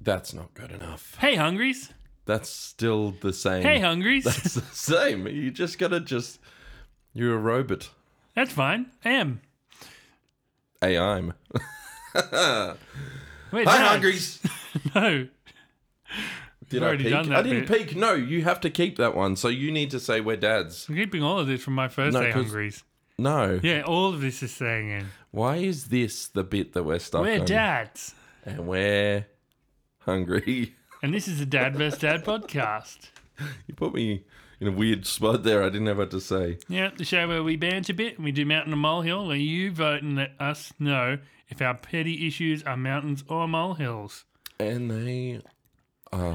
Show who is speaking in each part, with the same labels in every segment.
Speaker 1: That's not good enough.
Speaker 2: Hey, Hungries.
Speaker 1: That's still the same.
Speaker 2: Hey, Hungries.
Speaker 1: That's the same. You just gotta just. You're a robot.
Speaker 2: That's fine. Am.
Speaker 1: Hey, I'm.
Speaker 2: Wait,
Speaker 1: Hi,
Speaker 2: no,
Speaker 1: Hungries.
Speaker 2: No.
Speaker 1: Did I
Speaker 2: already
Speaker 1: peek?
Speaker 2: done that
Speaker 1: I didn't
Speaker 2: bit.
Speaker 1: peek. No, you have to keep that one. So you need to say we're dads.
Speaker 2: I'm keeping all of this from my first
Speaker 1: No,
Speaker 2: day,
Speaker 1: 'cause-
Speaker 2: Hungries.
Speaker 1: No.
Speaker 2: Yeah, all of this is staying in.
Speaker 1: Why is this the bit that we're stuck
Speaker 2: We're
Speaker 1: on?
Speaker 2: dads.
Speaker 1: And we're hungry.
Speaker 2: And this is the Dad vs. Dad podcast.
Speaker 1: You put me in a weird spot there. I didn't know what to say.
Speaker 2: Yeah, the show where we banter a bit and we do mountain and molehill, where you vote and let us know if our petty issues are mountains or molehills.
Speaker 1: And they. Uh,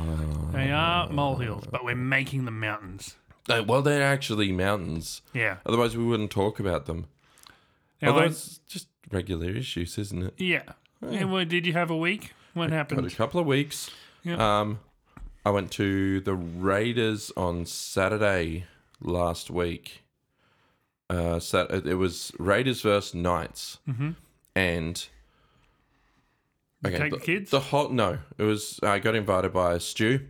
Speaker 2: They are molehills, but we're making them mountains.
Speaker 1: they- well, they're actually mountains.
Speaker 2: Yeah.
Speaker 1: Otherwise, we wouldn't talk about them.
Speaker 2: Now,
Speaker 1: Although
Speaker 2: I-
Speaker 1: it's just regular issues, isn't it?
Speaker 2: yeah.
Speaker 1: Oh.
Speaker 2: And what, did you have a week? What
Speaker 1: Got a
Speaker 2: happened?
Speaker 1: couple of weeks.
Speaker 2: Yeah.
Speaker 1: Um, I went to the Raiders on Saturday last week. Uh, sat- it was Raiders versus Knights, mm-hmm. and okay,
Speaker 2: take
Speaker 1: the,
Speaker 2: the kids?
Speaker 1: The whole no, it was. I got invited by Stu,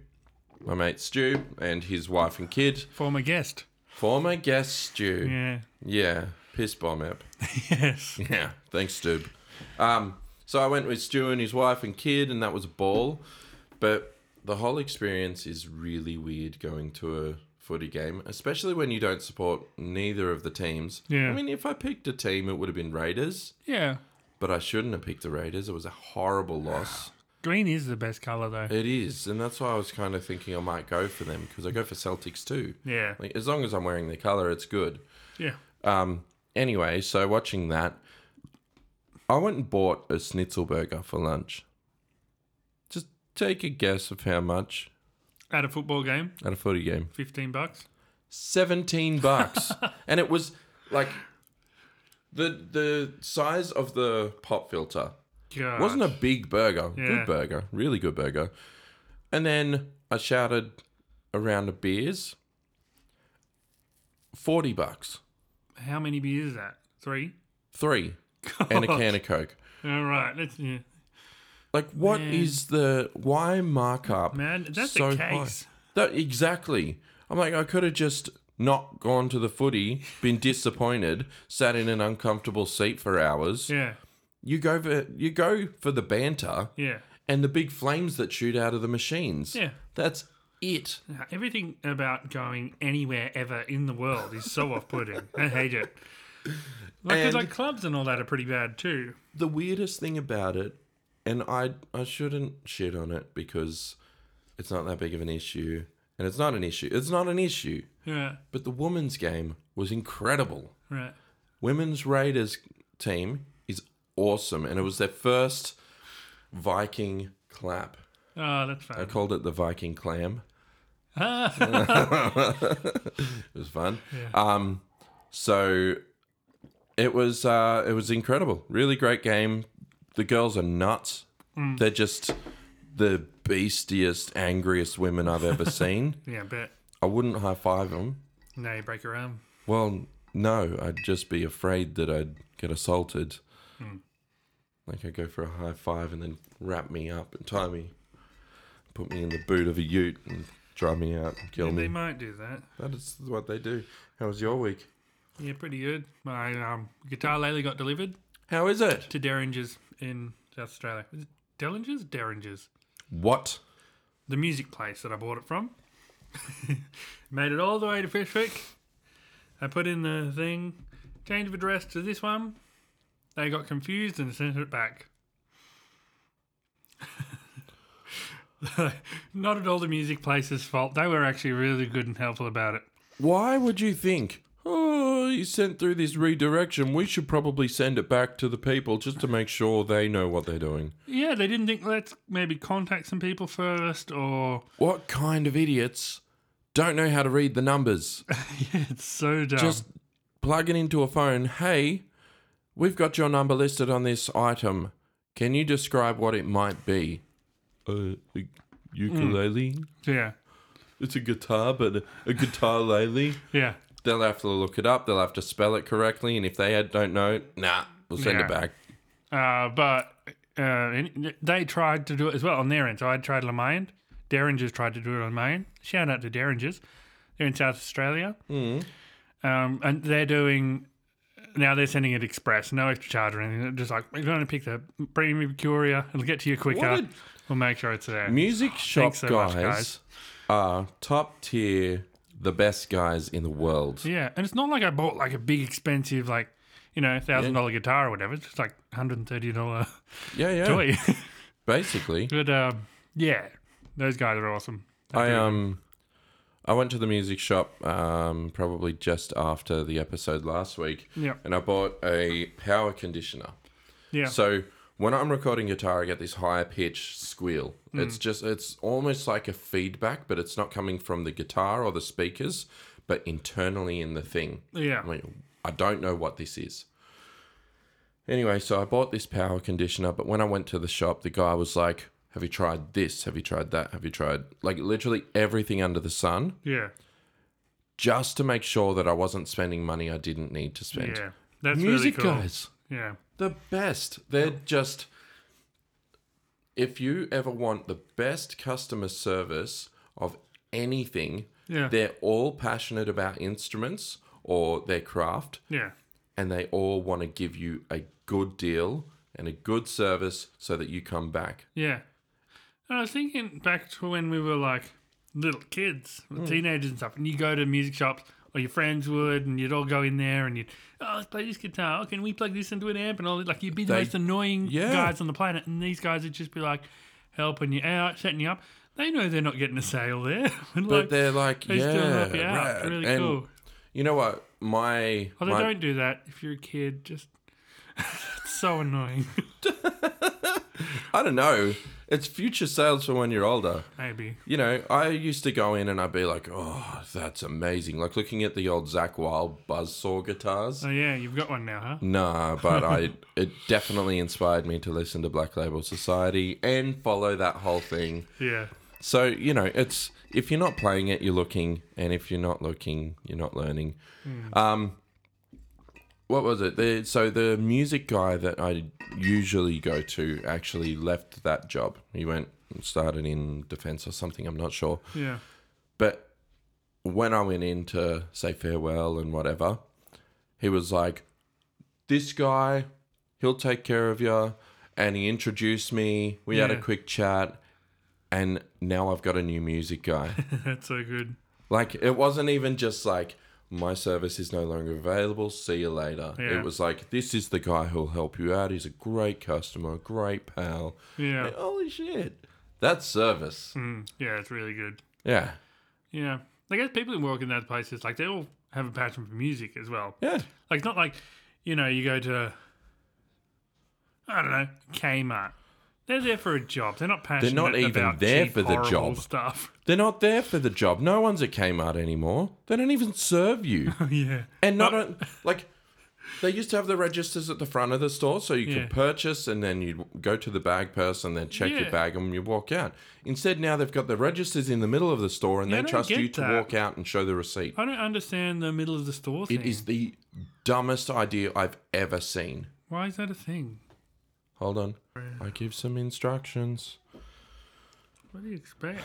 Speaker 1: my mate Stu, and his wife and kid,
Speaker 2: Former guest.
Speaker 1: former guest Stu.
Speaker 2: Yeah.
Speaker 1: Yeah, piss bomb app.
Speaker 2: Yes.
Speaker 1: Yeah, thanks, Stube. Um, so I went with Stu and his wife and kid, and that was a ball. But the whole experience is really weird going to a footy game, especially when you don't support neither of the teams.
Speaker 2: Yeah.
Speaker 1: I mean, if I picked a team, it would have been Raiders,
Speaker 2: Yeah.
Speaker 1: but I shouldn't have picked the Raiders. It was a horrible loss.
Speaker 2: Green is the best color, though.
Speaker 1: It is, and that's why I was kind of thinking I might go for them because I go for Celtics too.
Speaker 2: Yeah.
Speaker 1: Like, as long as I'm wearing their color, it's good.
Speaker 2: Yeah.
Speaker 1: Um, anyway, so watching that, I went and bought a schnitzel burger for lunch. Just take a guess of how much
Speaker 2: At a football game,
Speaker 1: at a footy game.
Speaker 2: 15 bucks.
Speaker 1: 17 bucks. and it was like the the size of the pop filter.
Speaker 2: Gosh.
Speaker 1: It wasn't a big burger.
Speaker 2: Yeah.
Speaker 1: Good burger. Really good burger. And then I shouted a round of beers. 40 bucks.
Speaker 2: How many beers is that? Three?
Speaker 1: Three. And a can of Coke.
Speaker 2: All right. That's, yeah.
Speaker 1: Like, what is
Speaker 2: Man.
Speaker 1: the why markup?
Speaker 2: Man, that's
Speaker 1: so
Speaker 2: a
Speaker 1: high?
Speaker 2: case.
Speaker 1: That exactly. I'm like, I could have just not gone to the footy, been disappointed, sat in an uncomfortable seat for hours.
Speaker 2: Yeah.
Speaker 1: You go for you go for the banter
Speaker 2: Yeah.
Speaker 1: and the big flames that shoot out of the machines.
Speaker 2: Yeah.
Speaker 1: that's it.
Speaker 2: Everything about going anywhere ever in the world is so off putting. I hate it. Like, 'cause,
Speaker 1: And-
Speaker 2: like clubs and all that are pretty bad too.
Speaker 1: the weirdest thing about it, and I I shouldn't shit on it because it's not that big of an issue, and it's not an issue. It's not an issue.
Speaker 2: Yeah.
Speaker 1: But the women's game was incredible.
Speaker 2: Right.
Speaker 1: Women's Raiders team is awesome, and it was their first Viking clap.
Speaker 2: Oh, that's
Speaker 1: I
Speaker 2: fine.
Speaker 1: called it the Viking clam.
Speaker 2: Ah,
Speaker 1: It was fun. Um, so it was uh, it was incredible. Really great game. The girls are nuts. They're just the beastiest, angriest women I've ever seen.
Speaker 2: yeah, bet.
Speaker 1: I wouldn't high five them.
Speaker 2: Now you break your arm.
Speaker 1: Well, no, I'd just be afraid that I'd get assaulted. Hmm. Like I'd go for a high five and then wrap me up and tie me, put me in the boot of a ute and drive me out and kill
Speaker 2: They
Speaker 1: me.
Speaker 2: might do that.
Speaker 1: That is what they do. How was your week?
Speaker 2: Yeah, pretty good. My um, guitar lately got delivered
Speaker 1: How is it?
Speaker 2: to Derringer's in South Australia. Is it Dellinger's? Derringer's.
Speaker 1: What?
Speaker 2: The music place that I bought it from. Made it all the way to Fishwick. I put in the thing, change of address to this one. They got confused and sent it back. Not at all the music place's fault. They were actually really good and helpful about it.
Speaker 1: Why would you think? Oh, you sent through this redirection. We should probably send it back to the people just to make sure they know what they're doing.
Speaker 2: Yeah, they didn't think let's maybe contact some people first or
Speaker 1: What kind of idiots don't know how to read the numbers?
Speaker 2: it's so dumb.
Speaker 1: just plug it into a phone. Hey, we've got your number listed on this item. Can you describe what it might be? Mm. Uh, ukulele.
Speaker 2: yeah.
Speaker 1: It's a guitar, but a, a guitar lele.
Speaker 2: Yeah.
Speaker 1: They'll have to look it up. They'll have to spell it correctly, and if they don't know, nah, we'll send
Speaker 2: Yeah.
Speaker 1: it back.
Speaker 2: Uh, but uh, and they tried to do it as well on their end. So I tried it on my end. Derringers tried to do it on my end. Shout out to Derringers. They're in South Australia.
Speaker 1: Mm.
Speaker 2: Um, and they're doing, now they're sending it express, no extra charge or anything. They're just like, we're going to pick the premium courier. It'll get to you quicker.
Speaker 1: What a-
Speaker 2: we'll make sure it's there.
Speaker 1: Music shop
Speaker 2: so much,
Speaker 1: guys,
Speaker 2: guys.
Speaker 1: are top tier, the best guys in the world.
Speaker 2: Yeah, and it's not like I bought like a big expensive like you know thousand dollar guitar or whatever. It's just like hundred and thirty dollar
Speaker 1: Yeah, yeah.
Speaker 2: toy.
Speaker 1: Basically,
Speaker 2: but um, yeah, those guys are awesome.
Speaker 1: I um, I went to the music shop um probably just after the episode last week,
Speaker 2: Yeah,
Speaker 1: and I bought a power conditioner.
Speaker 2: yeah,
Speaker 1: So when I'm recording guitar, I get this higher pitch squeal.
Speaker 2: Mm.
Speaker 1: It's just it's almost like a feedback, but it's not coming from the guitar or the speakers, but internally in the thing.
Speaker 2: yeah.
Speaker 1: I'm like, I don't know what this is. Anyway, so I bought this power conditioner, but when I went to the shop, the guy was like, Have you tried this? Have you tried that? Have you tried like literally everything under the sun
Speaker 2: yeah,
Speaker 1: just to make sure that I wasn't spending money I didn't need to spend?
Speaker 2: yeah. That's
Speaker 1: Music
Speaker 2: really cool.
Speaker 1: guys,
Speaker 2: Yeah,
Speaker 1: the best. They're just. If you ever want the best customer service of anything,
Speaker 2: yeah,
Speaker 1: they're all passionate about instruments or their craft
Speaker 2: yeah,
Speaker 1: and they all want to give you a good deal and a good service so that you come back.
Speaker 2: yeah. And I was thinking back to when we were like little kids,
Speaker 1: Hmm.
Speaker 2: teenagers and stuff, and you go to music shops. Or your friends would, and you'd all go in there, and you'd, oh, let's play this guitar. Oh, can we plug this into an amp? And all that. Like, you'd be the
Speaker 1: They-
Speaker 2: most annoying
Speaker 1: Yeah.
Speaker 2: guys on the planet, and these guys would just be like helping you out, setting you up. They know they're not getting a sale there. and
Speaker 1: But
Speaker 2: like,
Speaker 1: they're like,
Speaker 2: they still
Speaker 1: yeah,
Speaker 2: help you out.
Speaker 1: rad."
Speaker 2: Really
Speaker 1: and
Speaker 2: cool.
Speaker 1: you know what? My,
Speaker 2: Although,
Speaker 1: my
Speaker 2: don't do that if you're a kid. Just, it's so annoying.
Speaker 1: I don't know. It's future sales for when you're older.
Speaker 2: Maybe.
Speaker 1: You know, I used to go in and I'd be like, oh, that's amazing. Like looking at the old Zach Wild buzzsaw guitars.
Speaker 2: Oh, yeah, you've got one now, huh?
Speaker 1: Nah, but I it definitely inspired me to listen to Black Label Society and follow that whole thing.
Speaker 2: Yeah.
Speaker 1: So you know, it's if you're not playing it, you're looking, and if you're not looking, you're not learning. Um, what was it? The, so the music guy that I usually go to actually left that job. He went and started in defense or something. I'm not sure.
Speaker 2: Yeah.
Speaker 1: But when I went in to say farewell and whatever, he was like, This guy, he'll take care of you. And he introduced me. We had a
Speaker 2: Yeah.
Speaker 1: quick chat. And now I've got a new music guy.
Speaker 2: That's so good.
Speaker 1: like, it wasn't even just like, my service is no longer available. See you later.
Speaker 2: Yeah.
Speaker 1: It was like, this is the guy who'll help you out. He's a great customer, great pal.
Speaker 2: Yeah.
Speaker 1: Like, Holy shit. That's service.
Speaker 2: Mm, yeah, it's really good.
Speaker 1: Yeah.
Speaker 2: Yeah. I guess people who work in those places, like, they all have a passion for music as well.
Speaker 1: Yeah.
Speaker 2: Like, it's not like, you know, you go to, I don't know, Kmart. They're there for a job. They're not passionate
Speaker 1: not even
Speaker 2: about
Speaker 1: there
Speaker 2: cheap,
Speaker 1: for the
Speaker 2: horrible
Speaker 1: job.
Speaker 2: stuff.
Speaker 1: They're not there for the job. No one's at Kmart anymore. They don't even serve you.
Speaker 2: yeah.
Speaker 1: And not on, like they used to have the registers at the front of the store, so you
Speaker 2: Yeah.
Speaker 1: could purchase and then you would go to the bag person, then check
Speaker 2: Yeah.
Speaker 1: your bag, and you walk out. Instead, now they've got the registers in the middle of the store, and
Speaker 2: I
Speaker 1: they
Speaker 2: don't
Speaker 1: trust
Speaker 2: get
Speaker 1: you to
Speaker 2: that.
Speaker 1: walk out and show the receipt.
Speaker 2: I don't understand the middle of the store thing.
Speaker 1: It is the dumbest idea I've ever seen.
Speaker 2: Why is that a thing?
Speaker 1: Hold on, I give some instructions.
Speaker 2: What do you expect?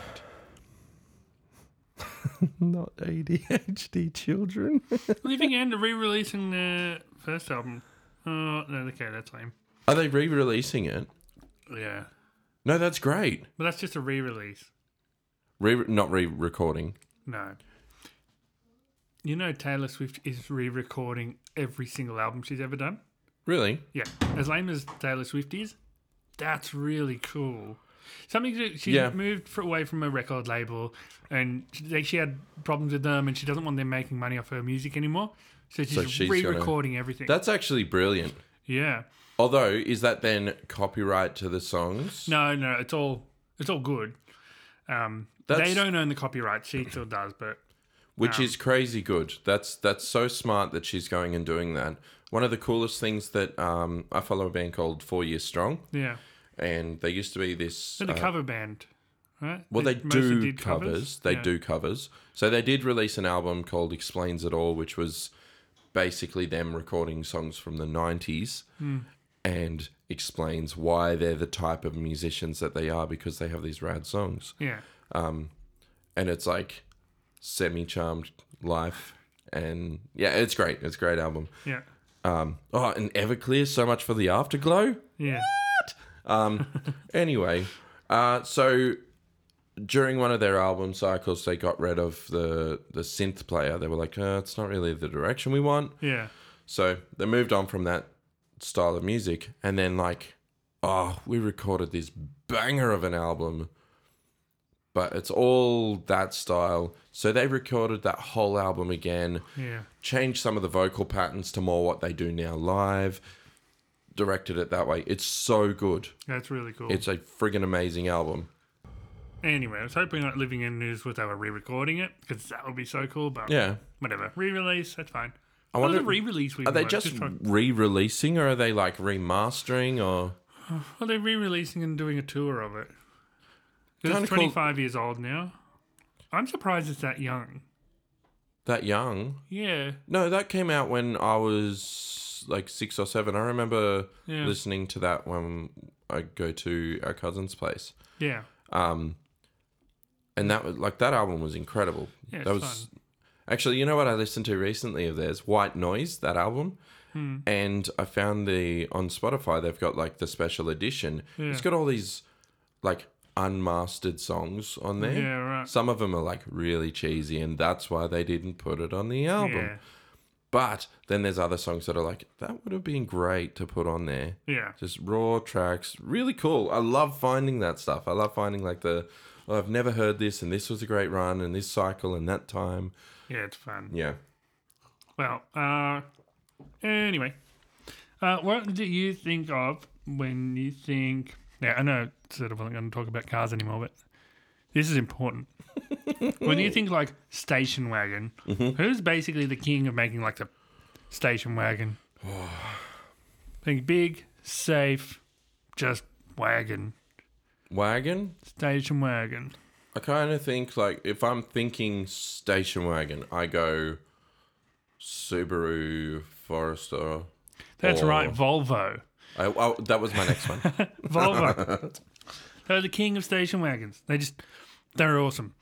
Speaker 1: Not ADHD children.
Speaker 2: Living End are re-releasing their first album. Oh, no, okay, that's lame.
Speaker 1: Are they re-releasing it?
Speaker 2: Yeah.
Speaker 1: No, that's great.
Speaker 2: But that's just a re-release.
Speaker 1: Re- not re-recording.
Speaker 2: No. You know Taylor Swift is re-recording every single album she's ever done?
Speaker 1: Really?
Speaker 2: Yeah. As lame as Taylor Swift is, that's really cool. Something that she
Speaker 1: Yeah.
Speaker 2: moved f away from a record label and she, she had problems with them and she doesn't want them making money off her music anymore. So she's,
Speaker 1: she's gonna-
Speaker 2: re-recording everything.
Speaker 1: That's actually brilliant.
Speaker 2: yeah.
Speaker 1: Although, is that then copyright to the songs?
Speaker 2: No, no, it's all it's all good. Um, they
Speaker 1: That's-
Speaker 2: don't own the copyright. She still does, but
Speaker 1: Which is crazy good. That's that's so smart that she's going and doing that. One of the coolest things that um, I follow a band called Four Years Strong,
Speaker 2: yeah,
Speaker 1: and they used to be this.
Speaker 2: they're the
Speaker 1: uh,
Speaker 2: cover band, right?
Speaker 1: well, they,
Speaker 2: mostly
Speaker 1: do
Speaker 2: did
Speaker 1: covers. They
Speaker 2: Yeah.
Speaker 1: do covers. So they did release an album called "Explains It All," which was basically them recording songs from the '90s and explains why they're the type of musicians that they are because they have these rad songs.
Speaker 2: Yeah.
Speaker 1: And it's like semi charmed life. And yeah, it's great. It's a great album.
Speaker 2: Yeah.
Speaker 1: Um, oh, and Everclear, so much for the afterglow.
Speaker 2: Yeah.
Speaker 1: Anyway, uh, so during one of their album cycles, they got rid of the the synth player. They were like, uh, it's not really the direction we want.
Speaker 2: Yeah.
Speaker 1: So they moved on from that style of music, and then like, oh, we recorded this banger of an album, but it's all that style. So they recorded that whole album again
Speaker 2: Yeah.
Speaker 1: changed some of the vocal patterns to more what they do now live, directed it that way. It's so good.
Speaker 2: That's really cool.
Speaker 1: It's a friggin' amazing album.
Speaker 2: anyway, I was hoping like Living in News was they were re-recording it because that would be so cool. But
Speaker 1: Yeah.
Speaker 2: whatever, re-release that's fine.
Speaker 1: I
Speaker 2: What was a
Speaker 1: wonder,
Speaker 2: re-release. We
Speaker 1: are they
Speaker 2: like,
Speaker 1: just
Speaker 2: try-
Speaker 1: re-releasing or are they like remastering or
Speaker 2: well, they're re-releasing and doing a tour of it. 'Cause
Speaker 1: Kinda
Speaker 2: It's
Speaker 1: cool.
Speaker 2: 25 years old now. I'm surprised it's that young.
Speaker 1: that young?
Speaker 2: Yeah.
Speaker 1: No, that came out when I was like six or seven. I remember
Speaker 2: Yeah.
Speaker 1: listening to that when I go to our cousin's place.
Speaker 2: Yeah.
Speaker 1: Um, and that was like that album was incredible.
Speaker 2: Yeah, it's
Speaker 1: that was actually, you know what I listened to recently of theirs, White Noise, that album,
Speaker 2: Hmm.
Speaker 1: and I found the on Spotify they've got like the special edition.
Speaker 2: Yeah.
Speaker 1: It's got all these like unmastered songs on there.
Speaker 2: Yeah, right.
Speaker 1: Some of them are like really cheesy, and that's why they didn't put it on the album.
Speaker 2: Yeah.
Speaker 1: But then there's other songs that are like that would have been great to put on there
Speaker 2: Yeah.
Speaker 1: just raw tracks really cool i love finding that stuff i love finding like the oh, i've never heard this and this was a great run and this cycle and that time
Speaker 2: Yeah, it's fun.
Speaker 1: yeah
Speaker 2: Well, uh, anyway, uh, what do you think of when you think? Yeah, I know sort of we're not going to talk about cars anymore, but this is important. when you think like station wagon, who's basically the king of making like the station wagon? think big, safe, just wagon,
Speaker 1: wagon
Speaker 2: station wagon.
Speaker 1: i kind of think like if i'm thinking station wagon i go subaru forester
Speaker 2: That's
Speaker 1: Or-
Speaker 2: right, Volvo.
Speaker 1: I, oh, that was my next one
Speaker 2: Volvo. They're the king of station wagons. They just, they're awesome.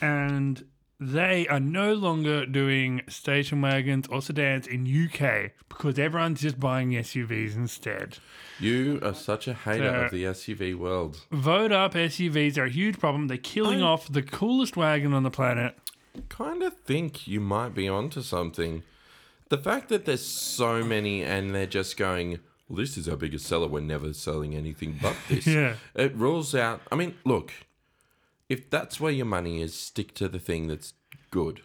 Speaker 2: And they are no longer doing station wagons or sedans in UK because everyone's just buying SUVs instead.
Speaker 1: you are such a hater
Speaker 2: Uh,
Speaker 1: of the suv world
Speaker 2: Vote up SUVs are a huge problem. They're killing
Speaker 1: I-
Speaker 2: off the coolest wagon on the planet.
Speaker 1: kind of think you might be onto something. The fact that there's so many and they're just going, well, this is our biggest seller. We're never selling anything but this.
Speaker 2: Yeah.
Speaker 1: It rules out. I mean, look, if that's where your money is, stick to the thing that's good.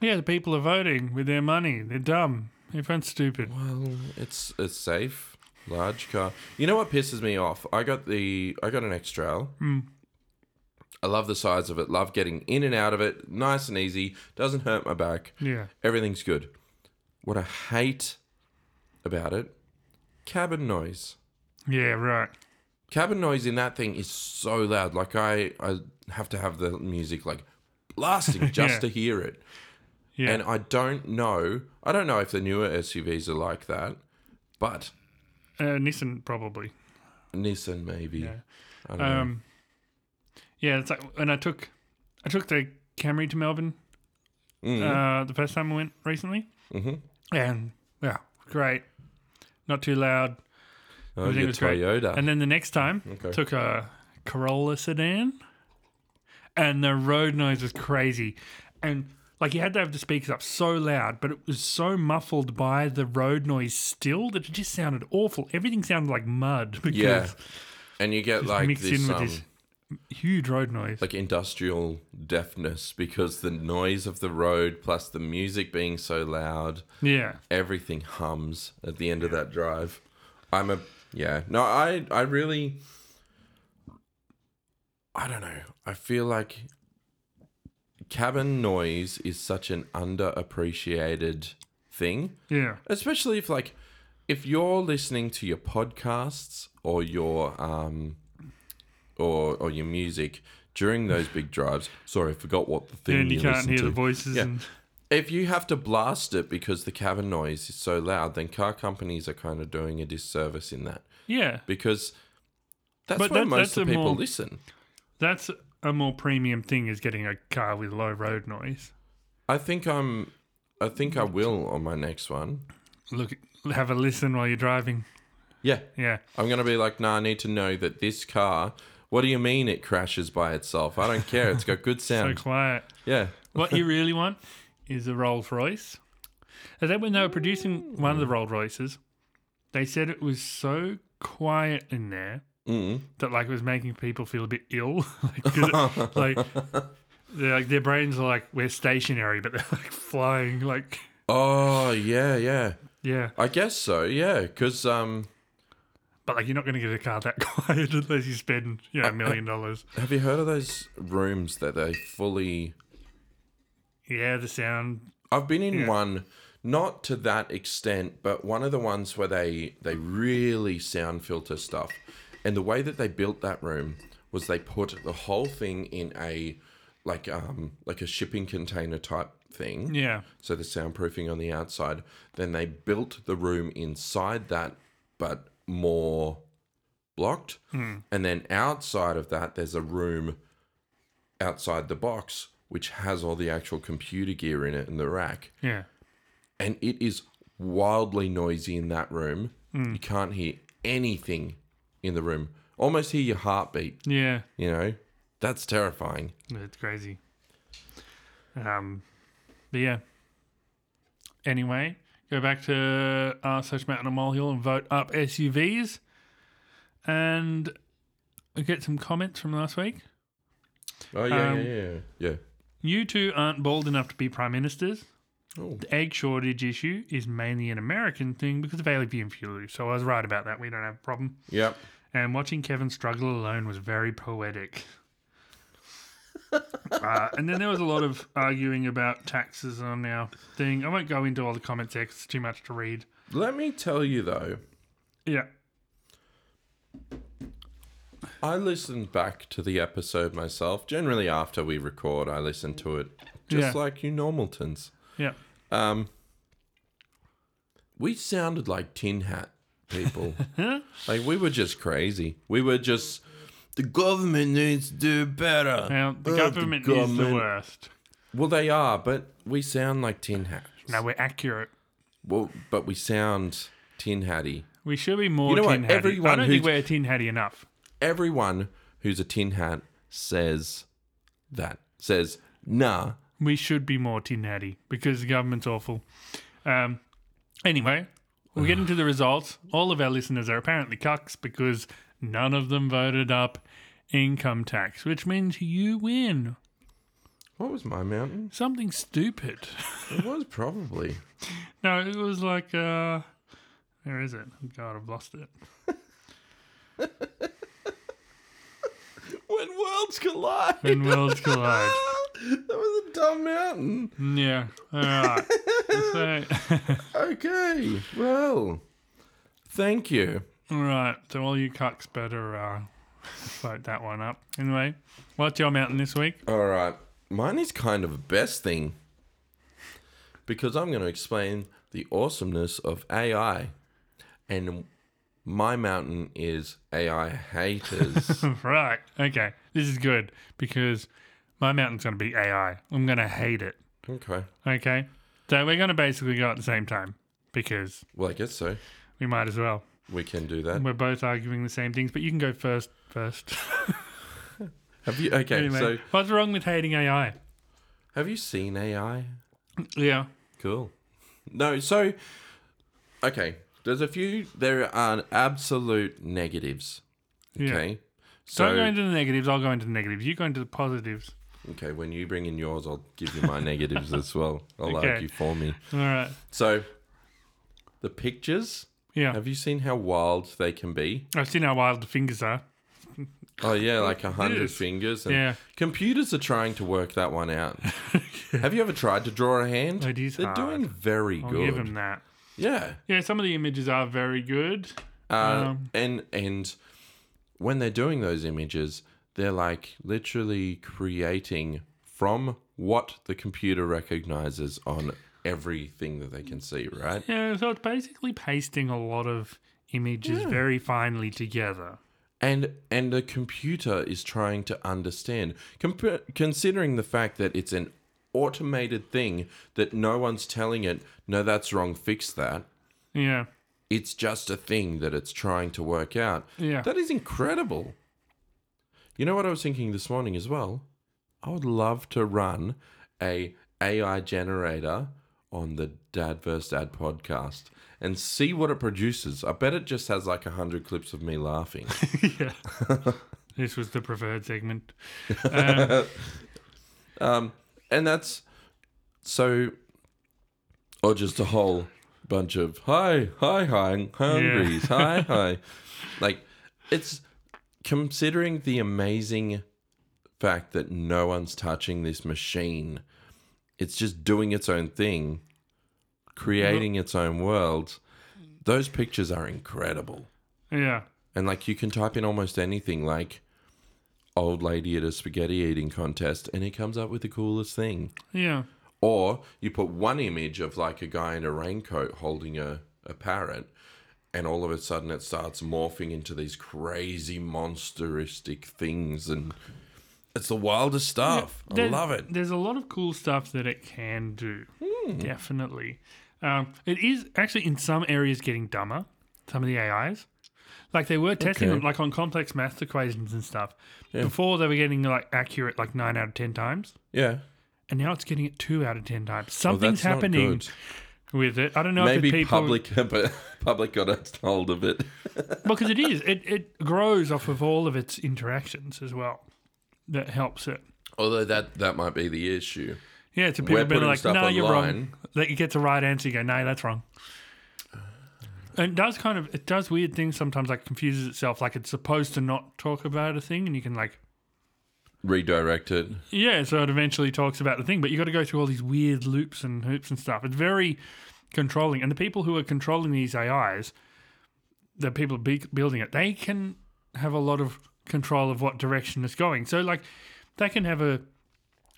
Speaker 2: Yeah, the people are voting with their money. They're dumb. Everyone's stupid.
Speaker 1: Well, it's it's safe, large car. You know what pisses me off? I got the I got an X Trail. I love the size of it. Love getting in and out of it. Nice and easy. Doesn't hurt my back.
Speaker 2: Yeah.
Speaker 1: Everything's good. What I hate about it, cabin noise.
Speaker 2: Yeah, right.
Speaker 1: Cabin noise in that thing is so loud. Like I, I have to have the music like blasting just
Speaker 2: Yeah.
Speaker 1: to hear it.
Speaker 2: Yeah.
Speaker 1: And I don't know. I don't know if the newer SUVs are like that, but
Speaker 2: uh, Nissan probably.
Speaker 1: Nissan maybe.
Speaker 2: Yeah.
Speaker 1: I don't know.
Speaker 2: Um, yeah, it's like and I took, I took the Camry to Melbourne
Speaker 1: Mm,
Speaker 2: uh, the first time I went recently,
Speaker 1: mhm.
Speaker 2: and yeah, great, not too loud.
Speaker 1: Oh,
Speaker 2: everything
Speaker 1: your
Speaker 2: was great.
Speaker 1: Toyota.
Speaker 2: And then the next time,
Speaker 1: Okay.
Speaker 2: took a Corolla sedan, and the road noise was crazy, and like you had to have the speakers up so loud, but it was so muffled by the road noise still that it just sounded awful. Everything sounded like mud because
Speaker 1: yeah. And you get like
Speaker 2: mixed
Speaker 1: this,
Speaker 2: in with
Speaker 1: um,
Speaker 2: this huge road noise.
Speaker 1: like industrial deafness because the noise of the road plus the music being so loud.
Speaker 2: yeah.
Speaker 1: everything hums at the end of that drive. I'm a yeah. No, I I really I don't know. I feel like cabin noise is such an underappreciated thing,
Speaker 2: Yeah.
Speaker 1: especially if like if you're listening to your podcasts or your um or or your music during those big drives. Sorry, I forgot what the thing
Speaker 2: and you
Speaker 1: you
Speaker 2: can't
Speaker 1: listen
Speaker 2: hear
Speaker 1: to.
Speaker 2: the voices
Speaker 1: Yeah.
Speaker 2: and
Speaker 1: if you have to blast it because the cabin noise is so loud, then car companies are kind of doing a disservice in that
Speaker 2: Yeah,
Speaker 1: because that's
Speaker 2: But
Speaker 1: where
Speaker 2: that-
Speaker 1: most
Speaker 2: that's
Speaker 1: of
Speaker 2: a
Speaker 1: the people
Speaker 2: more-
Speaker 1: listen.
Speaker 2: that's a more premium thing is getting a car with low road noise.
Speaker 1: I think I'm. I think I will on my next one.
Speaker 2: Look, have a listen while you're driving.
Speaker 1: Yeah,
Speaker 2: Yeah,
Speaker 1: I'm gonna be like, nah. I need to know that this car. What do you mean it crashes by itself? I don't care. It's got good
Speaker 2: so
Speaker 1: sound.
Speaker 2: quiet.
Speaker 1: yeah.
Speaker 2: What you really want is a Rolls Royce. And then when they were producing one of the Rolls Royces, they said it was so quiet in there
Speaker 1: Mm.
Speaker 2: that like it was making people feel a bit ill. like, 'cause it- like, they're like their brains are like we're stationary, but they're like flying. Like
Speaker 1: Oh yeah, yeah.
Speaker 2: yeah,
Speaker 1: I guess so. Yeah, because um,
Speaker 2: but like you're not going to get a car that quiet unless you spend you know a million dollars.
Speaker 1: have you heard of those rooms that they fully?
Speaker 2: Yeah, the sound.
Speaker 1: I've been in one, not to that extent, but one of the ones where they they really sound filter stuff, and the way that they built that room was they put the whole thing in a like um like a shipping container type thing.
Speaker 2: Yeah,
Speaker 1: So the soundproofing on the outside. Then they built the room inside that, but more blocked. And then outside of that, there's a room outside the box which has all the actual computer gear in it in the rack.
Speaker 2: yeah.
Speaker 1: And it is wildly noisy in that room.
Speaker 2: Hmm.
Speaker 1: You can't hear anything in the room. Almost hear your heartbeat,
Speaker 2: Yeah,
Speaker 1: you know? That's terrifying.
Speaker 2: it's crazy. Um, but yeah. Anyway, go back to r slash mountain and molehill and vote up SUVs, and we get some comments from last week.
Speaker 1: Oh, yeah,
Speaker 2: Um,
Speaker 1: yeah, yeah. Yeah.
Speaker 2: You two aren't bald enough to be prime ministers.
Speaker 1: Oh.
Speaker 2: The egg shortage issue is mainly an American thing because of Alien Fuel. So I was right about that. We don't have a problem.
Speaker 1: Yep.
Speaker 2: And watching Kevin struggle alone was very poetic. uh, and then there was a lot of arguing about taxes on our thing. I won't go into all the comments there 'cause it's too much to read.
Speaker 1: Let me tell you, though.
Speaker 2: Yeah.
Speaker 1: I listened back to the episode myself. Generally, after we record, I listen to it just
Speaker 2: Yeah.
Speaker 1: like you normaltons.
Speaker 2: Yeah.
Speaker 1: Um, we sounded like tin hat people. like we were just crazy. We were just the government needs to do better.
Speaker 2: Now, the
Speaker 1: Oh,
Speaker 2: government, is the
Speaker 1: government."
Speaker 2: worst.
Speaker 1: Well, they are, but we sound like tin hats.
Speaker 2: No, we're accurate.
Speaker 1: Well, but we sound tin hatty.
Speaker 2: We should be more
Speaker 1: You know what?
Speaker 2: tin hatty. I
Speaker 1: Everyone
Speaker 2: don't think
Speaker 1: who's-
Speaker 2: we're tin hatty enough.
Speaker 1: Everyone who's a tin hat says that. Says nah.
Speaker 2: We should be more tin hatty because the government's awful. Um, anyway, we'll get into the results. All of our listeners are apparently cucks because none of them voted up income tax, which means you win.
Speaker 1: What was my mountain?
Speaker 2: Something stupid.
Speaker 1: It was probably.
Speaker 2: No, it was like, uh, where is it? Oh God, I've lost it.
Speaker 1: When worlds collide.
Speaker 2: When worlds collide.
Speaker 1: that was a dumb mountain.
Speaker 2: Yeah. All right. so,
Speaker 1: Okay. Well, thank you.
Speaker 2: all right. So all you cucks better uh, vote that one up. Anyway, what's your mountain this week?
Speaker 1: All right. Mine is kind of a best thing because I'm going to explain the awesomeness of AI. And my mountain is AI haters.
Speaker 2: Right. Okay. This is good because my mountain's going to be AI. I'm going to hate it.
Speaker 1: okay.
Speaker 2: Okay. So we're going to basically go at the same time because
Speaker 1: Well, I guess so.
Speaker 2: we might as well.
Speaker 1: We can do that.
Speaker 2: We're both arguing the same things, but you can go first. First.
Speaker 1: Have you okay,
Speaker 2: Anyway,
Speaker 1: so
Speaker 2: what's wrong with hating AI?
Speaker 1: have you seen AI?
Speaker 2: Yeah.
Speaker 1: Cool. No, so okay, there's a few there are absolute negatives.
Speaker 2: Yeah.
Speaker 1: Okay.
Speaker 2: So Don't go
Speaker 1: So
Speaker 2: into the negatives. I'll go into the negatives. You go into the positives.
Speaker 1: okay, when you bring in yours, I'll give you my negatives as well. I'll
Speaker 2: Okay.
Speaker 1: argue for me.
Speaker 2: All right.
Speaker 1: So the pictures,
Speaker 2: Yeah.
Speaker 1: have you seen how wild they can be?
Speaker 2: I've seen how wild the fingers are.
Speaker 1: Oh yeah, like a hundred
Speaker 2: Yes.
Speaker 1: fingers. And
Speaker 2: Yeah.
Speaker 1: Computers are trying to work that one out. Have you ever tried to draw a hand?
Speaker 2: It is
Speaker 1: They're
Speaker 2: hard.
Speaker 1: doing very
Speaker 2: I'll
Speaker 1: good.
Speaker 2: give him that.
Speaker 1: yeah.
Speaker 2: Yeah. Some of the images are very good.
Speaker 1: Uh,
Speaker 2: Um,
Speaker 1: and and when they're doing those images, they're like literally creating from what the computer recognizes on everything that they can see, right?
Speaker 2: Yeah, so it's basically pasting a lot of images
Speaker 1: Hmm.
Speaker 2: very finely together.
Speaker 1: and and the computer is trying to understand Compa- considering the fact that it's an automated thing that no one's telling it no that's wrong fix that
Speaker 2: Yeah.
Speaker 1: it's just a thing that it's trying to work out
Speaker 2: Yeah.
Speaker 1: that is incredible you know what i was thinking this morning as well i would love to run a ai generator on the dad vs dad podcast and see what it produces i bet it just has like 100 clips of me laughing
Speaker 2: yeah. this was the preferred segment. Um,
Speaker 1: and that's so or just a whole bunch of hi hi hi hungries hi hi like it's considering the amazing fact that no one's touching this machine it's just doing its own thing creating its own world those pictures are incredible
Speaker 2: yeah.
Speaker 1: and like you can type in almost anything like old lady at a spaghetti eating contest and it comes up with the coolest thing
Speaker 2: Yeah.
Speaker 1: or you put one image of like a guy in a raincoat holding a, a parrot, and all of a sudden it starts morphing into these crazy monsteristic things, and it's the wildest stuff. I
Speaker 2: There's-
Speaker 1: love it. Hmm.
Speaker 2: There's a lot of cool stuff that it can do. Definitely. Um, it is actually in some areas getting dumber, some of the AIs. Like they were testing
Speaker 1: Okay.
Speaker 2: them like on complex math equations and stuff. Before they were getting like accurate like nine out of ten times.
Speaker 1: Yeah,
Speaker 2: And now it's getting it two out of ten times.
Speaker 1: well,
Speaker 2: Something's
Speaker 1: Oh, that's
Speaker 2: happening
Speaker 1: not good.
Speaker 2: with it. I don't know if it's
Speaker 1: Maybe
Speaker 2: people
Speaker 1: public, but public got a hold of it.
Speaker 2: because it is. It it grows off of all of its interactions as well. That helps it.
Speaker 1: Although that that might be the issue.
Speaker 2: Yeah, it's a
Speaker 1: We're
Speaker 2: bit, a bit
Speaker 1: putting
Speaker 2: of like, no,
Speaker 1: stuff
Speaker 2: nah, you're wrong.
Speaker 1: online.
Speaker 2: That you get the right answer, you go, no, that's wrong. And it does kind of it does weird things sometimes, like confuses itself, like it's supposed to not talk about a thing, and you can like,
Speaker 1: Redirect it.
Speaker 2: yeah, so it eventually talks about the thing, but you got to go through all these weird loops and hoops and stuff. It's very controlling, and the people who are controlling these AIs, the people be- building it, they can have a lot of control of what direction it's going. So like, they can have a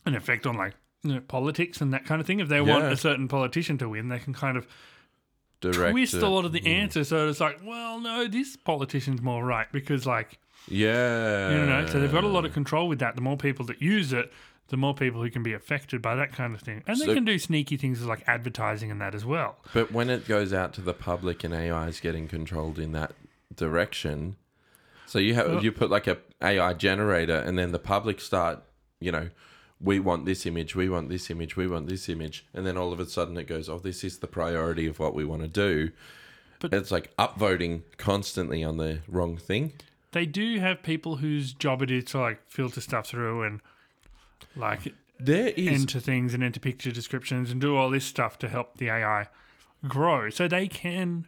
Speaker 2: an effect on like you know, politics and that kind of thing. If they want
Speaker 1: Yeah.
Speaker 2: a certain politician to win, they can kind of
Speaker 1: Direct
Speaker 2: twist
Speaker 1: it.
Speaker 2: a lot of the answer. So it's like, well, no, this politician's more right because like
Speaker 1: Yeah.
Speaker 2: you know. So they've got a
Speaker 1: Uh,
Speaker 2: lot of control with that. The more people that use it, the more people who can be affected by that kind of thing, and they
Speaker 1: So-
Speaker 2: can do sneaky things like advertising and that as well.
Speaker 1: But when it goes out to the public and AI is getting controlled in that direction, so you have you put like a AI generator, and then the public start, you know, we want this image, we want this image, we want this image, and then all of a sudden it goes, oh, this is the priority of what we want to do.
Speaker 2: But-
Speaker 1: But it's like upvoting constantly on the wrong thing.
Speaker 2: They do have people whose job it is to like filter stuff through and like
Speaker 1: There is
Speaker 2: into things and into picture descriptions and do all this stuff to help the AI grow. So they can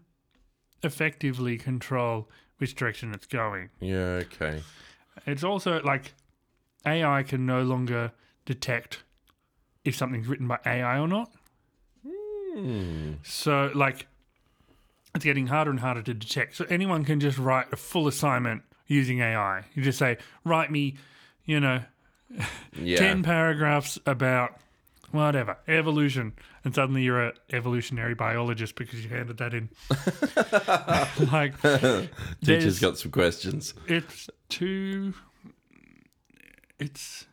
Speaker 2: effectively control which direction it's going.
Speaker 1: yeah okay
Speaker 2: It's also like AI can no longer detect if something's written by AI or not. So like it's getting harder and harder to detect. So anyone can just write a full assignment using AI. You just say, write me, you know,
Speaker 1: yeah
Speaker 2: 10 paragraphs about whatever evolution and suddenly you're a evolutionary biologist because you handed that in like
Speaker 1: teacher's
Speaker 2: there's-
Speaker 1: got some questions.
Speaker 2: it's too it's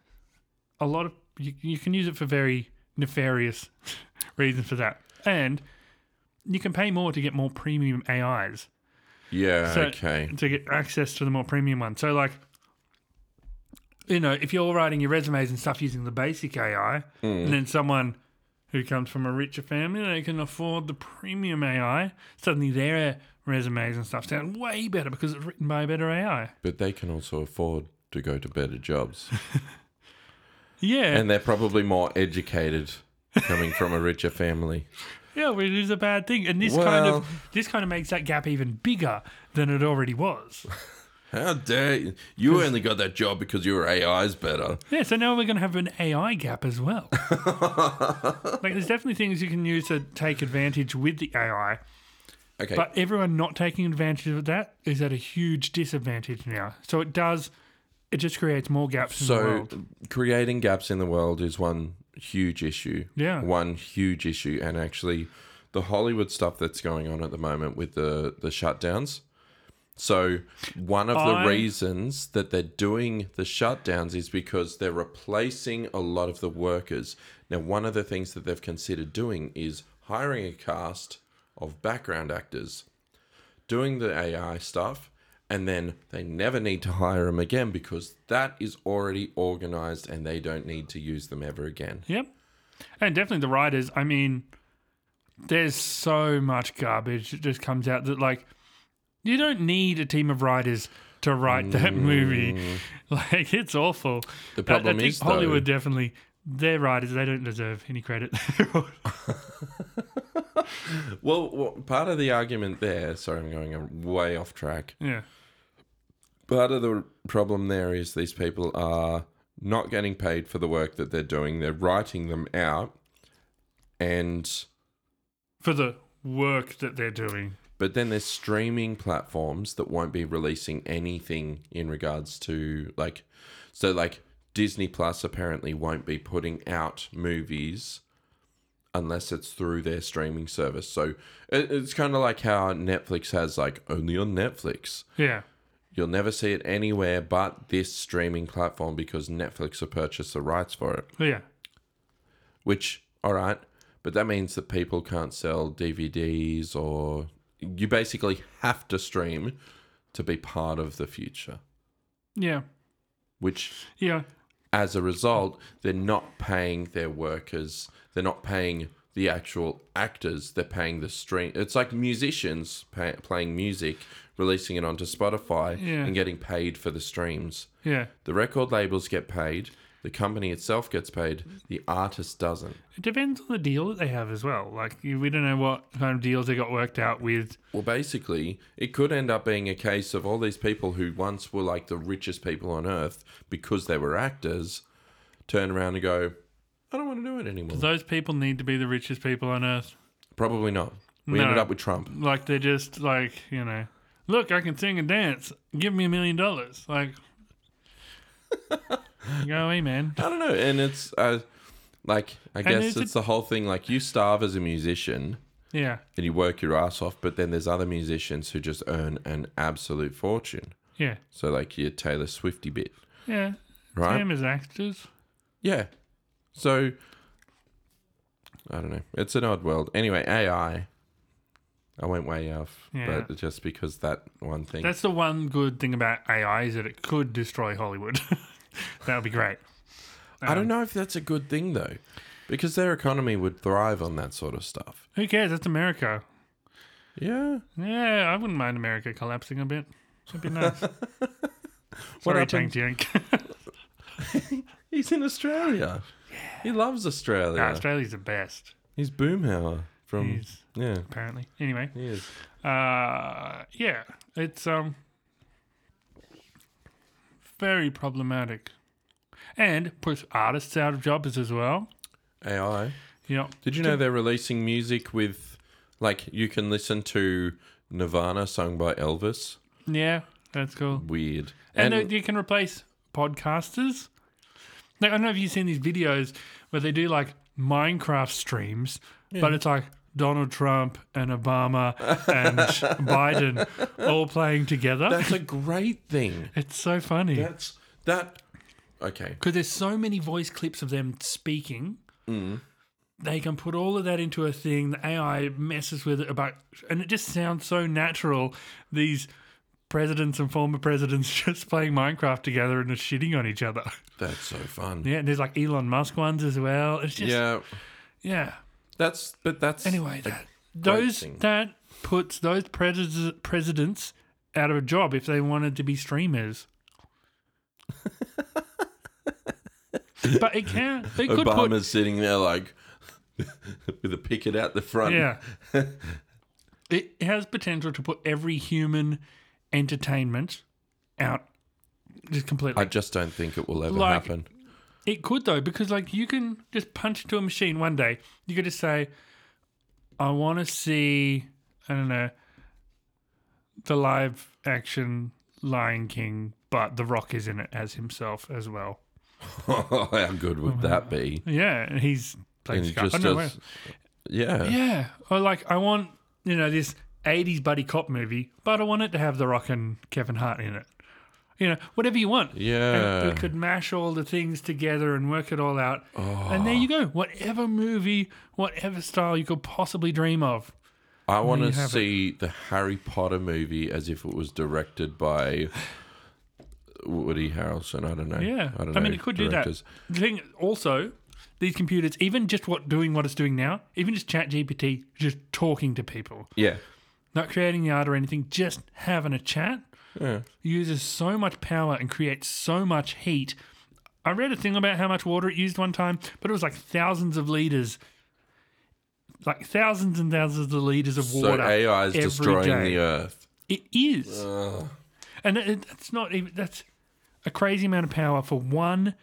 Speaker 2: a lot of you, you can use it for very nefarious reasons for that and you can pay more to get more premium ais
Speaker 1: Yeah
Speaker 2: So-
Speaker 1: okay
Speaker 2: to get access to the more premium one. So like you know, if you're writing your resumes and stuff using the basic AI, and then someone who comes from a richer family, they can afford the premium AI, suddenly their resumes and stuff sound way better because it's written by a better AI.
Speaker 1: but they can also afford to go to better jobs.
Speaker 2: Yeah.
Speaker 1: And they're probably more educated coming from a richer family.
Speaker 2: yeah, which is a bad thing. And this kind
Speaker 1: Well-
Speaker 2: of this kind of makes that gap even bigger than it already was.
Speaker 1: How dare you? You only got that job because your AI's better.
Speaker 2: Yeah, so now we're going to have an AI gap as well. like, there's definitely things you can use to take advantage with the AI,
Speaker 1: Okay.
Speaker 2: but everyone not taking advantage of that is at a huge disadvantage now. So it does, it just creates more gaps in the
Speaker 1: so
Speaker 2: world.
Speaker 1: creating gaps in the world is one huge issue.
Speaker 2: Yeah.
Speaker 1: One huge issue. And actually, the Hollywood stuff that's going on at the moment with the, the shutdowns. So, one of
Speaker 2: I-
Speaker 1: the reasons that they're doing the shutdowns is because they're replacing a lot of the workers. Now, one of the things that they've considered doing is hiring a cast of background actors doing the AI stuff, and then they never need to hire them again because that is already organized and they don't need to use them ever again.
Speaker 2: Yep. And definitely the writers, I mean, there's so much garbage that just comes out that like you don't need a team of writers to write that movie. Like it's awful.
Speaker 1: Mm. The
Speaker 2: I-
Speaker 1: problem
Speaker 2: I, think
Speaker 1: is, though-
Speaker 2: Hollywood definitely their writers, they don't deserve any credit.
Speaker 1: Well, well, part of the argument there, sorry, I'm going way off track.
Speaker 2: yeah.
Speaker 1: Part of the problem there is these people are not getting paid for the work that they're doing, they're writing them out, and
Speaker 2: For the work that they're doing.
Speaker 1: But then there's streaming platforms that won't be releasing anything in regards to like, so like Disney Plus apparently won't be putting out movies unless it's through their streaming service. So it, it's kind of like how Netflix has like only on Netflix.
Speaker 2: Yeah.
Speaker 1: You'll never see it anywhere but this streaming platform because Netflix have purchased the rights for it.
Speaker 2: Yeah.
Speaker 1: Which, all right, but that means that people can't sell DVDs or you basically have to stream to be part of the future.
Speaker 2: Yeah.
Speaker 1: Which,
Speaker 2: Yeah.
Speaker 1: as a result, they're not paying their workers, they're not paying the actual actors, they're paying the stream. It's like musicians pay, playing music, releasing it onto Spotify,
Speaker 2: Yeah.
Speaker 1: and getting paid for the streams.
Speaker 2: Yeah.
Speaker 1: The record labels get paid, the company itself gets paid, the artist doesn't.
Speaker 2: It depends on the deal that they have as well. Like you- we don't know what kind of deals they got worked out with.
Speaker 1: Well, basically, it could end up being a case of all these people who once were like the richest people on earth because they were actors turn around and go, I don't want to do it anymore.
Speaker 2: Those people need to be the richest people on earth.
Speaker 1: Probably not. We
Speaker 2: No.
Speaker 1: ended up with Trump.
Speaker 2: Like they're just like, you know, look, I can sing and dance. Give me a million dollars. Like, go away, man.
Speaker 1: I don't know. And it's uh, like, I guess
Speaker 2: it's
Speaker 1: it's,
Speaker 2: a-
Speaker 1: the whole thing like you starve as a musician
Speaker 2: Yeah,
Speaker 1: and you work your ass off, but then there's other musicians who just earn an absolute fortune.
Speaker 2: yeah,
Speaker 1: So, like your Taylor Swifty bit,
Speaker 2: yeah.
Speaker 1: right?
Speaker 2: Same as actors.
Speaker 1: Yeah. So I don't know. It's an odd world. Anyway, AI. I went way off,
Speaker 2: Yeah.
Speaker 1: but just because that one thing.
Speaker 2: That's the one good thing about AI is that it could destroy Hollywood. that would be great. Um,
Speaker 1: I don't know if that's a good thing though, because their economy would thrive on that sort of stuff.
Speaker 2: Who cares? That's America.
Speaker 1: Yeah.
Speaker 2: Yeah, I wouldn't mind America collapsing a bit. It'd be nice. Sorry, Tank
Speaker 1: happened?
Speaker 2: Jink.
Speaker 1: He's in Australia. He loves Australia.
Speaker 2: Australia's the best.
Speaker 1: He's Boomhauer from
Speaker 2: He's
Speaker 1: yeah.
Speaker 2: apparently. Anyway.
Speaker 1: He is.
Speaker 2: uh yeah it's um very problematic and puts artists out of jobs as well
Speaker 1: AI.
Speaker 2: yeah
Speaker 1: Did you know they're releasing music with like you can listen to Nirvana sung by Elvis?
Speaker 2: yeah that's cool
Speaker 1: Weird.
Speaker 2: and, uh, you can replace podcasters like, i don't know if you've seen these videos where they do like minecraft streams but it's like donald trump and obama and biden all playing together
Speaker 1: That's a great thing.
Speaker 2: it's so funny
Speaker 1: That's that. Okay.
Speaker 2: because there's so many voice clips of them speaking. They can put all of that into a thing. The AI messes with it about, and it just sounds so natural. These presidents and former presidents just playing Minecraft together and just shitting on each other.
Speaker 1: That's so fun. Yeah.
Speaker 2: Yeah, and there's like Elon Musk ones as well. It's just yeah.
Speaker 1: That's but that's
Speaker 2: Anyway, that, those
Speaker 1: thing.
Speaker 2: that puts those pres- presidents out of a job if they wanted to be streamers. but it can. It could put
Speaker 1: Obama's sitting there like with a picket out the front.
Speaker 2: Yeah. it has potential to put every human entertainment out just completely.
Speaker 1: I just don't think it will ever
Speaker 2: Like-
Speaker 1: happen.
Speaker 2: it could though, because like you can just punch into a machine one day. You could just say, I want to see, I don't know, the live action Lion King, but The Rock is in it as himself as well.
Speaker 1: How good would
Speaker 2: Oh,
Speaker 1: that be?
Speaker 2: Yeah, and he's playing
Speaker 1: And he
Speaker 2: Scar. I
Speaker 1: just
Speaker 2: don't know
Speaker 1: does. Yeah.
Speaker 2: where- Oh, Yeah, or like I want you know this '80s buddy cop movie, but I want it to have the Rock and Kevin Hart in it. You know, whatever you want. And
Speaker 1: Yeah.
Speaker 2: we could mash all the things together and work it all out.
Speaker 1: Oh.
Speaker 2: And there you go. Whatever movie, whatever style you could possibly dream of.
Speaker 1: I want
Speaker 2: you
Speaker 1: to
Speaker 2: have it.
Speaker 1: see the Harry Potter movie as if it was directed by Woody Harrelson. I don't know.
Speaker 2: Yeah.
Speaker 1: I don't
Speaker 2: mean, it could
Speaker 1: directors.
Speaker 2: do that. The thing also, these computers, even just what doing what it's doing now, even just Chat GPT, just talking to people,
Speaker 1: Yeah.
Speaker 2: not creating the art or anything, just having a chat
Speaker 1: Yeah.
Speaker 2: uses so much power and creates so much heat. I read a thing about how much water it used one time, but it was like thousands of liters, like thousands and thousands of liters of
Speaker 1: So
Speaker 2: water.
Speaker 1: AI is
Speaker 2: every
Speaker 1: destroying
Speaker 2: day.
Speaker 1: the earth.
Speaker 2: It is, and it- it- that's not even that's a crazy amount of power for one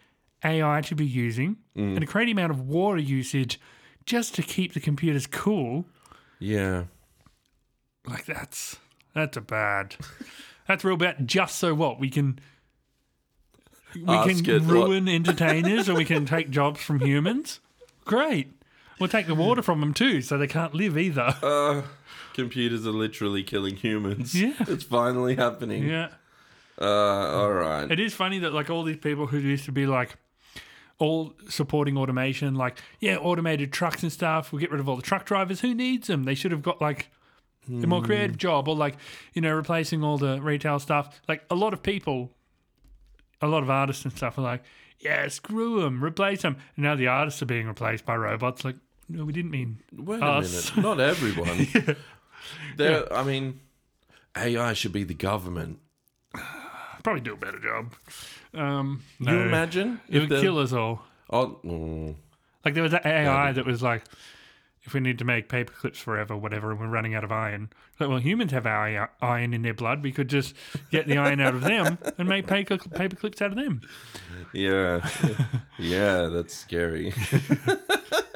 Speaker 2: AI to be using,
Speaker 1: Mm.
Speaker 2: and a crazy amount of water usage just to keep the computers cool.
Speaker 1: Yeah.
Speaker 2: Like that's that's a bad, that's real bad. Just so what we can. We
Speaker 1: Ask it
Speaker 2: can
Speaker 1: what-
Speaker 2: ruin entertainers, or we can take jobs from humans. Great, we'll take the water from them too, so they can't live either.
Speaker 1: Uh, computers are literally killing humans.
Speaker 2: Yeah.
Speaker 1: It's finally happening.
Speaker 2: yeah.
Speaker 1: Uh, all right.
Speaker 2: It is funny that like all these people who used to be like all supporting automation, like yeah, automated trucks and stuff. We'll get rid of all the truck drivers. Who needs them? They should have got like a more
Speaker 1: Hmm.
Speaker 2: creative job, or like you know replacing all the retail stuff. Like a lot of people, a lot of artists and stuff are like, yeah, screw them, replace them. And now the artists are being replaced by robots. Like no, we didn't mean
Speaker 1: Wait
Speaker 2: us.
Speaker 1: a minute. Not everyone. There. I mean, AI should be the government.
Speaker 2: probably do a better job. Um,
Speaker 1: Can you
Speaker 2: no,
Speaker 1: imagine?
Speaker 2: it would
Speaker 1: the-
Speaker 2: kill us all.
Speaker 1: Oh, mm,
Speaker 2: Like there was that AI that was like, if we need to make paper clips forever, whatever, and we're running out of iron. Like, well, humans have our iron in their blood. We could just get the iron out of them and make paper paper clips out of them.
Speaker 1: yeah. yeah, that's scary.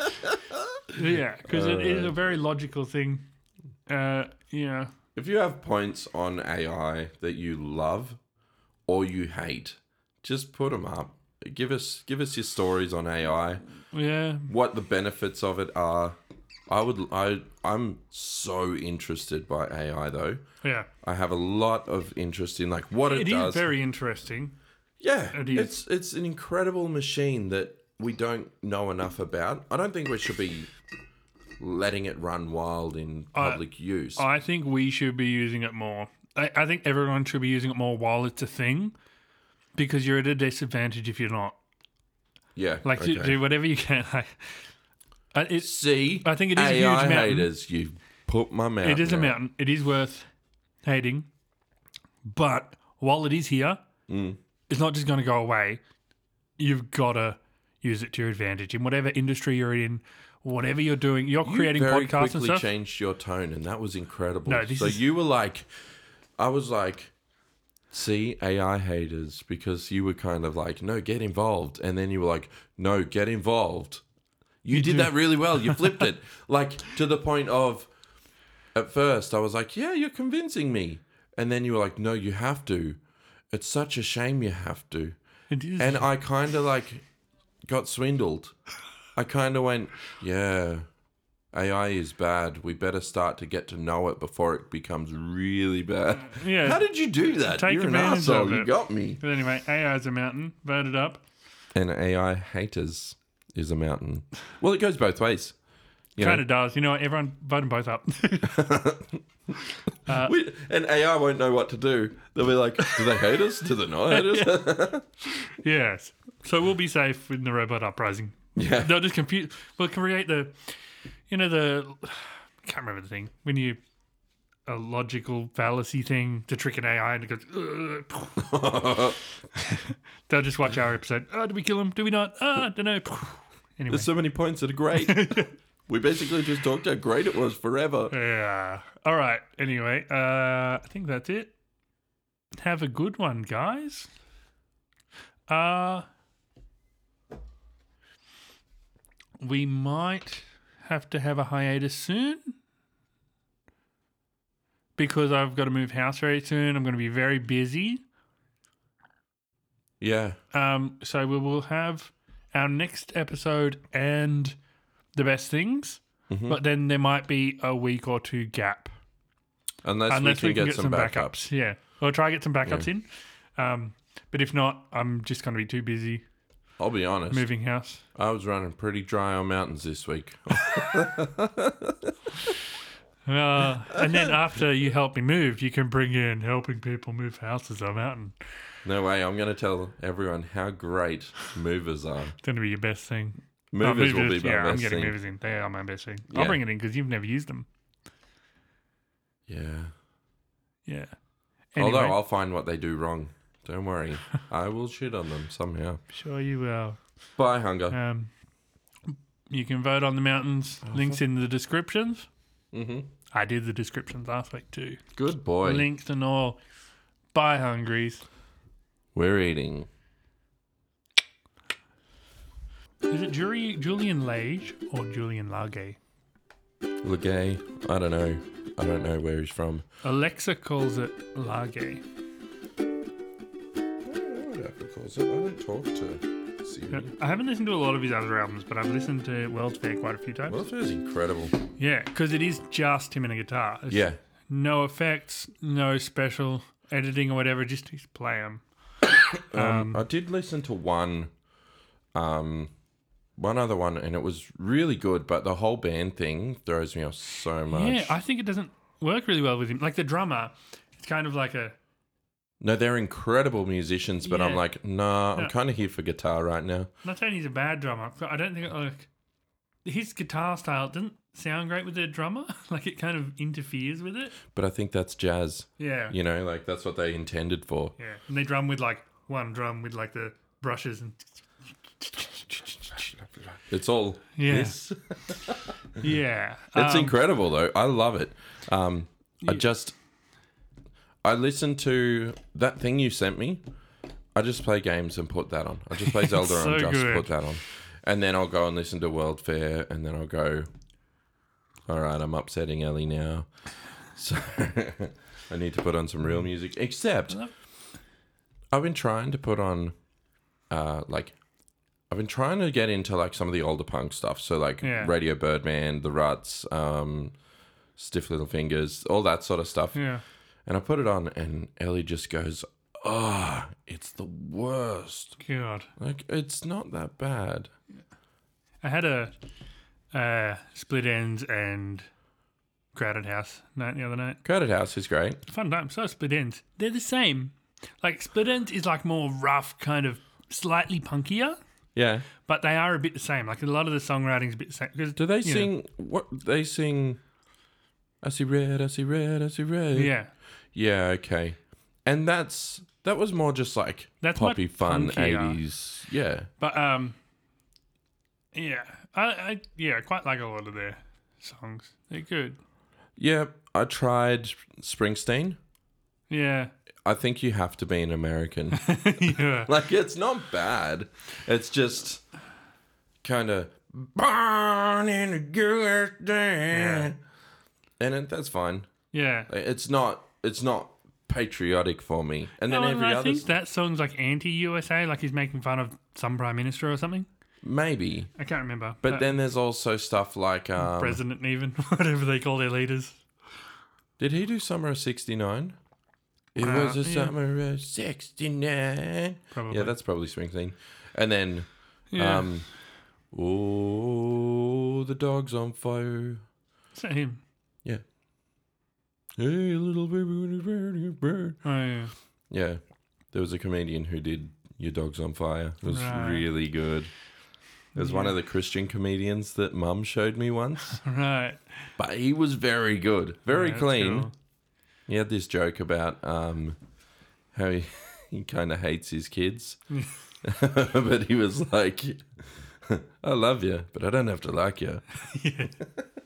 Speaker 2: Yeah, because it is
Speaker 1: Uh.
Speaker 2: a very logical thing. Uh, yeah,
Speaker 1: If you have points on AI that you love or you hate, just put them up. Give us give us your stories on AI.
Speaker 2: yeah,
Speaker 1: What the benefits of it are. I would I I'm so interested by AI though.
Speaker 2: yeah.
Speaker 1: I have a lot of interest in like what it,
Speaker 2: It
Speaker 1: does.
Speaker 2: is very interesting.
Speaker 1: yeah,
Speaker 2: it is.
Speaker 1: it's it's an incredible machine that we don't know enough about. I don't think we should be letting it run wild in public use.
Speaker 2: I think we should be using it more. I, I think everyone should be using it more while it's a thing, because you're at a disadvantage if you're not.
Speaker 1: yeah,
Speaker 2: Like, do, do whatever you can. Like, uh, it's
Speaker 1: See,
Speaker 2: I think it is a huge
Speaker 1: AI
Speaker 2: mountain.
Speaker 1: haters, you put my mountain.
Speaker 2: It is a
Speaker 1: out.
Speaker 2: mountain. It is worth hating. But while it is here,
Speaker 1: Mm.
Speaker 2: it's not just going to go away. You've got to use it to your advantage in whatever industry you're in, whatever you're doing. You're
Speaker 1: You
Speaker 2: creating
Speaker 1: very
Speaker 2: podcasts and
Speaker 1: quickly
Speaker 2: stuff.
Speaker 1: changed your tone, and that was incredible.
Speaker 2: No, this
Speaker 1: so
Speaker 2: is-
Speaker 1: you were like, I was like, see, AI haters, because you were kind of like, no, get involved, and then you were like, no, get involved. You, did
Speaker 2: do-
Speaker 1: that really well. You flipped it, like to the point of, at first I was like, yeah, you're convincing me, and then you were like, no, you have to. It's such a shame you have to.
Speaker 2: It is-
Speaker 1: And I kind of like got swindled. I kind of went, yeah, AI is bad. We better start to get to know it before it becomes really bad.
Speaker 2: Yeah.
Speaker 1: How did you do that?
Speaker 2: Take
Speaker 1: You're an
Speaker 2: advantage of
Speaker 1: asshole. You
Speaker 2: it.
Speaker 1: got me.
Speaker 2: but anyway, AI is a mountain. Vote it up.
Speaker 1: And AI haters is a mountain. Well, it goes both ways. You know,
Speaker 2: Kind of does. You know what? Everyone vote them both up. Uh,
Speaker 1: we- and AI won't know what to do. They'll be like, do they hate us? Do they not hate us?
Speaker 2: yes. So we'll be safe in the robot uprising.
Speaker 1: yeah.
Speaker 2: They'll just confuse. We'll create the, you know, the. can't remember the thing. When you. A logical fallacy thing to trick an AI and it goes. "Ugh." They'll just watch our episode. Oh, did we kill him? Do we not? Ah, don't know. Anyway.
Speaker 1: There's so many points that are great. we basically just talked how great it was forever.
Speaker 2: Yeah. All right. Anyway, uh, I think that's it. Have a good one, guys. Uh, we might have to have a hiatus soon because I've got to move house very soon. I'm going to be very busy.
Speaker 1: Yeah.
Speaker 2: Um, so we will have our next episode and the best things, but then there might be a week or two gap
Speaker 1: Unless,
Speaker 2: unless
Speaker 1: we can, get, some backups.
Speaker 2: Yeah, we'll try to get some backups in. Um, but if not, I'm just going to be too busy
Speaker 1: I'll be honest.
Speaker 2: moving house.
Speaker 1: I was running pretty dry on mountains this week.
Speaker 2: Uh, and then after you help me move, you can bring in helping people move houses on a mountain.
Speaker 1: no way. I'm going to tell everyone how great movers are.
Speaker 2: It's going to be your best thing. Oh,
Speaker 1: Movers will be my
Speaker 2: yeah, I'm
Speaker 1: best
Speaker 2: getting
Speaker 1: thing.
Speaker 2: Oh, movers in. They are my best thing. I'll
Speaker 1: Yeah.
Speaker 2: bring it in because you've never used them.
Speaker 1: Yeah.
Speaker 2: Yeah.
Speaker 1: Although I'll find what they do wrong. Don't worry. I will shit on them somehow.
Speaker 2: sure you will.
Speaker 1: Bye, hunger.
Speaker 2: Um, you can vote on the mountains. Links in the descriptions.
Speaker 1: hmm
Speaker 2: I did the descriptions last week too.
Speaker 1: Good boy.
Speaker 2: Links and all. Bye, Hungries.
Speaker 1: We're eating.
Speaker 2: Is it Jury, Julian Lage or Julian Lage?
Speaker 1: Legay. eh? I don't know. I don't know where he's from.
Speaker 2: Alexa calls it Lage.
Speaker 1: I don't know what Apple calls it. I don't talk to Siri.
Speaker 2: I haven't listened to a lot of his other albums, but I've listened to World's Fair quite a few times.
Speaker 1: Welfare's incredible.
Speaker 2: Yeah, because it is just him and a guitar. It's
Speaker 1: Yeah.
Speaker 2: No effects, no special editing or whatever. Just just play them.
Speaker 1: Um, I did listen to one, um, one other one, and it was really good. But the whole band thing throws me off so much.
Speaker 2: Yeah, I think it doesn't work really well with him. Like the drummer, it's kind of like a
Speaker 1: no, they're incredible musicians, but I'm
Speaker 2: Yeah.
Speaker 1: like, nah, I'm
Speaker 2: No.
Speaker 1: kind of here for guitar right now.
Speaker 2: not saying he's a bad drummer, but I don't think like his guitar style doesn't sound great with the drummer. Like it kind of interferes with it.
Speaker 1: But I think that's jazz.
Speaker 2: Yeah.
Speaker 1: You know, like that's what they intended for.
Speaker 2: Yeah. And they drum with like one drum with like the brushes and
Speaker 1: It's all
Speaker 2: Yeah.
Speaker 1: this.
Speaker 2: yeah.
Speaker 1: It's
Speaker 2: Um,
Speaker 1: incredible though. I love it. Um, I just I listened to that thing you sent me. I just play games and put that on. I just play Zelda
Speaker 2: It's
Speaker 1: and
Speaker 2: so
Speaker 1: just
Speaker 2: good.
Speaker 1: put that on. And then I'll go and listen to World Fair and then I'll go All right, I'm upsetting Ellie now. So I need to put on some real music. Except I've been trying to put on uh like I've been trying to get into like some of the older punk stuff. So like
Speaker 2: Yeah.
Speaker 1: Radio Birdman, The Ruts, um, Stiff Little Fingers, all that sort of stuff.
Speaker 2: Yeah.
Speaker 1: And I put it on and Ellie just goes, Ah, it's the worst.
Speaker 2: God.
Speaker 1: Like it's not that bad.
Speaker 2: I had a uh, split ends and crowded house night the other night.
Speaker 1: Crowded House is great.
Speaker 2: Fun time. So split ends. They're the same. Like split ends is like more rough, kind of slightly punkier,
Speaker 1: Yeah.
Speaker 2: but they are a bit the same. Like a lot of the songwriting's a bit the same. 'cause,
Speaker 1: Do they
Speaker 2: you know,
Speaker 1: sing what they sing I see red, I see red, I see red.
Speaker 2: yeah.
Speaker 1: Yeah, okay. And that's that was more just like
Speaker 2: That's much
Speaker 1: poppy fun
Speaker 2: funkier.
Speaker 1: eighties. Yeah.
Speaker 2: But um Yeah. I, I yeah, I quite like a lot of their songs. They're good.
Speaker 1: Yeah, I tried Springsteen.
Speaker 2: Yeah.
Speaker 1: I think you have to be an American.
Speaker 2: yeah.
Speaker 1: like it's not bad. It's just kind of born in the USA, and it, that's fine.
Speaker 2: Yeah.
Speaker 1: It's not. It's not patriotic for me. And then
Speaker 2: No, Oh, and
Speaker 1: every
Speaker 2: I
Speaker 1: other
Speaker 2: think that song's like anti USA, like he's making fun of some prime minister or something.
Speaker 1: maybe.
Speaker 2: I can't remember. Uh,
Speaker 1: But then there's also stuff like um,
Speaker 2: President even, whatever they call their leaders.
Speaker 1: Did he do Summer of 69? It
Speaker 2: Uh,
Speaker 1: was a
Speaker 2: yeah.
Speaker 1: summer of 69.
Speaker 2: Probably.
Speaker 1: Yeah, that's probably Springsteen. And then,
Speaker 2: Yeah.
Speaker 1: um, oh, the dog's on fire.
Speaker 2: Is that him?
Speaker 1: Yeah. Hey, little baby, baby, bird.
Speaker 2: Oh yeah.
Speaker 1: Yeah. There was a comedian who did Your Dog's on Fire. It was
Speaker 2: Right.
Speaker 1: really good. It was one of the Christian comedians that mum showed me once,
Speaker 2: Right.
Speaker 1: but he was very good, very
Speaker 2: Yeah, that's
Speaker 1: clean.
Speaker 2: cool.
Speaker 1: He had this joke about um, how he, he kind of hates his kids, but he was like, "I love you, but I don't have to like you."
Speaker 2: yeah.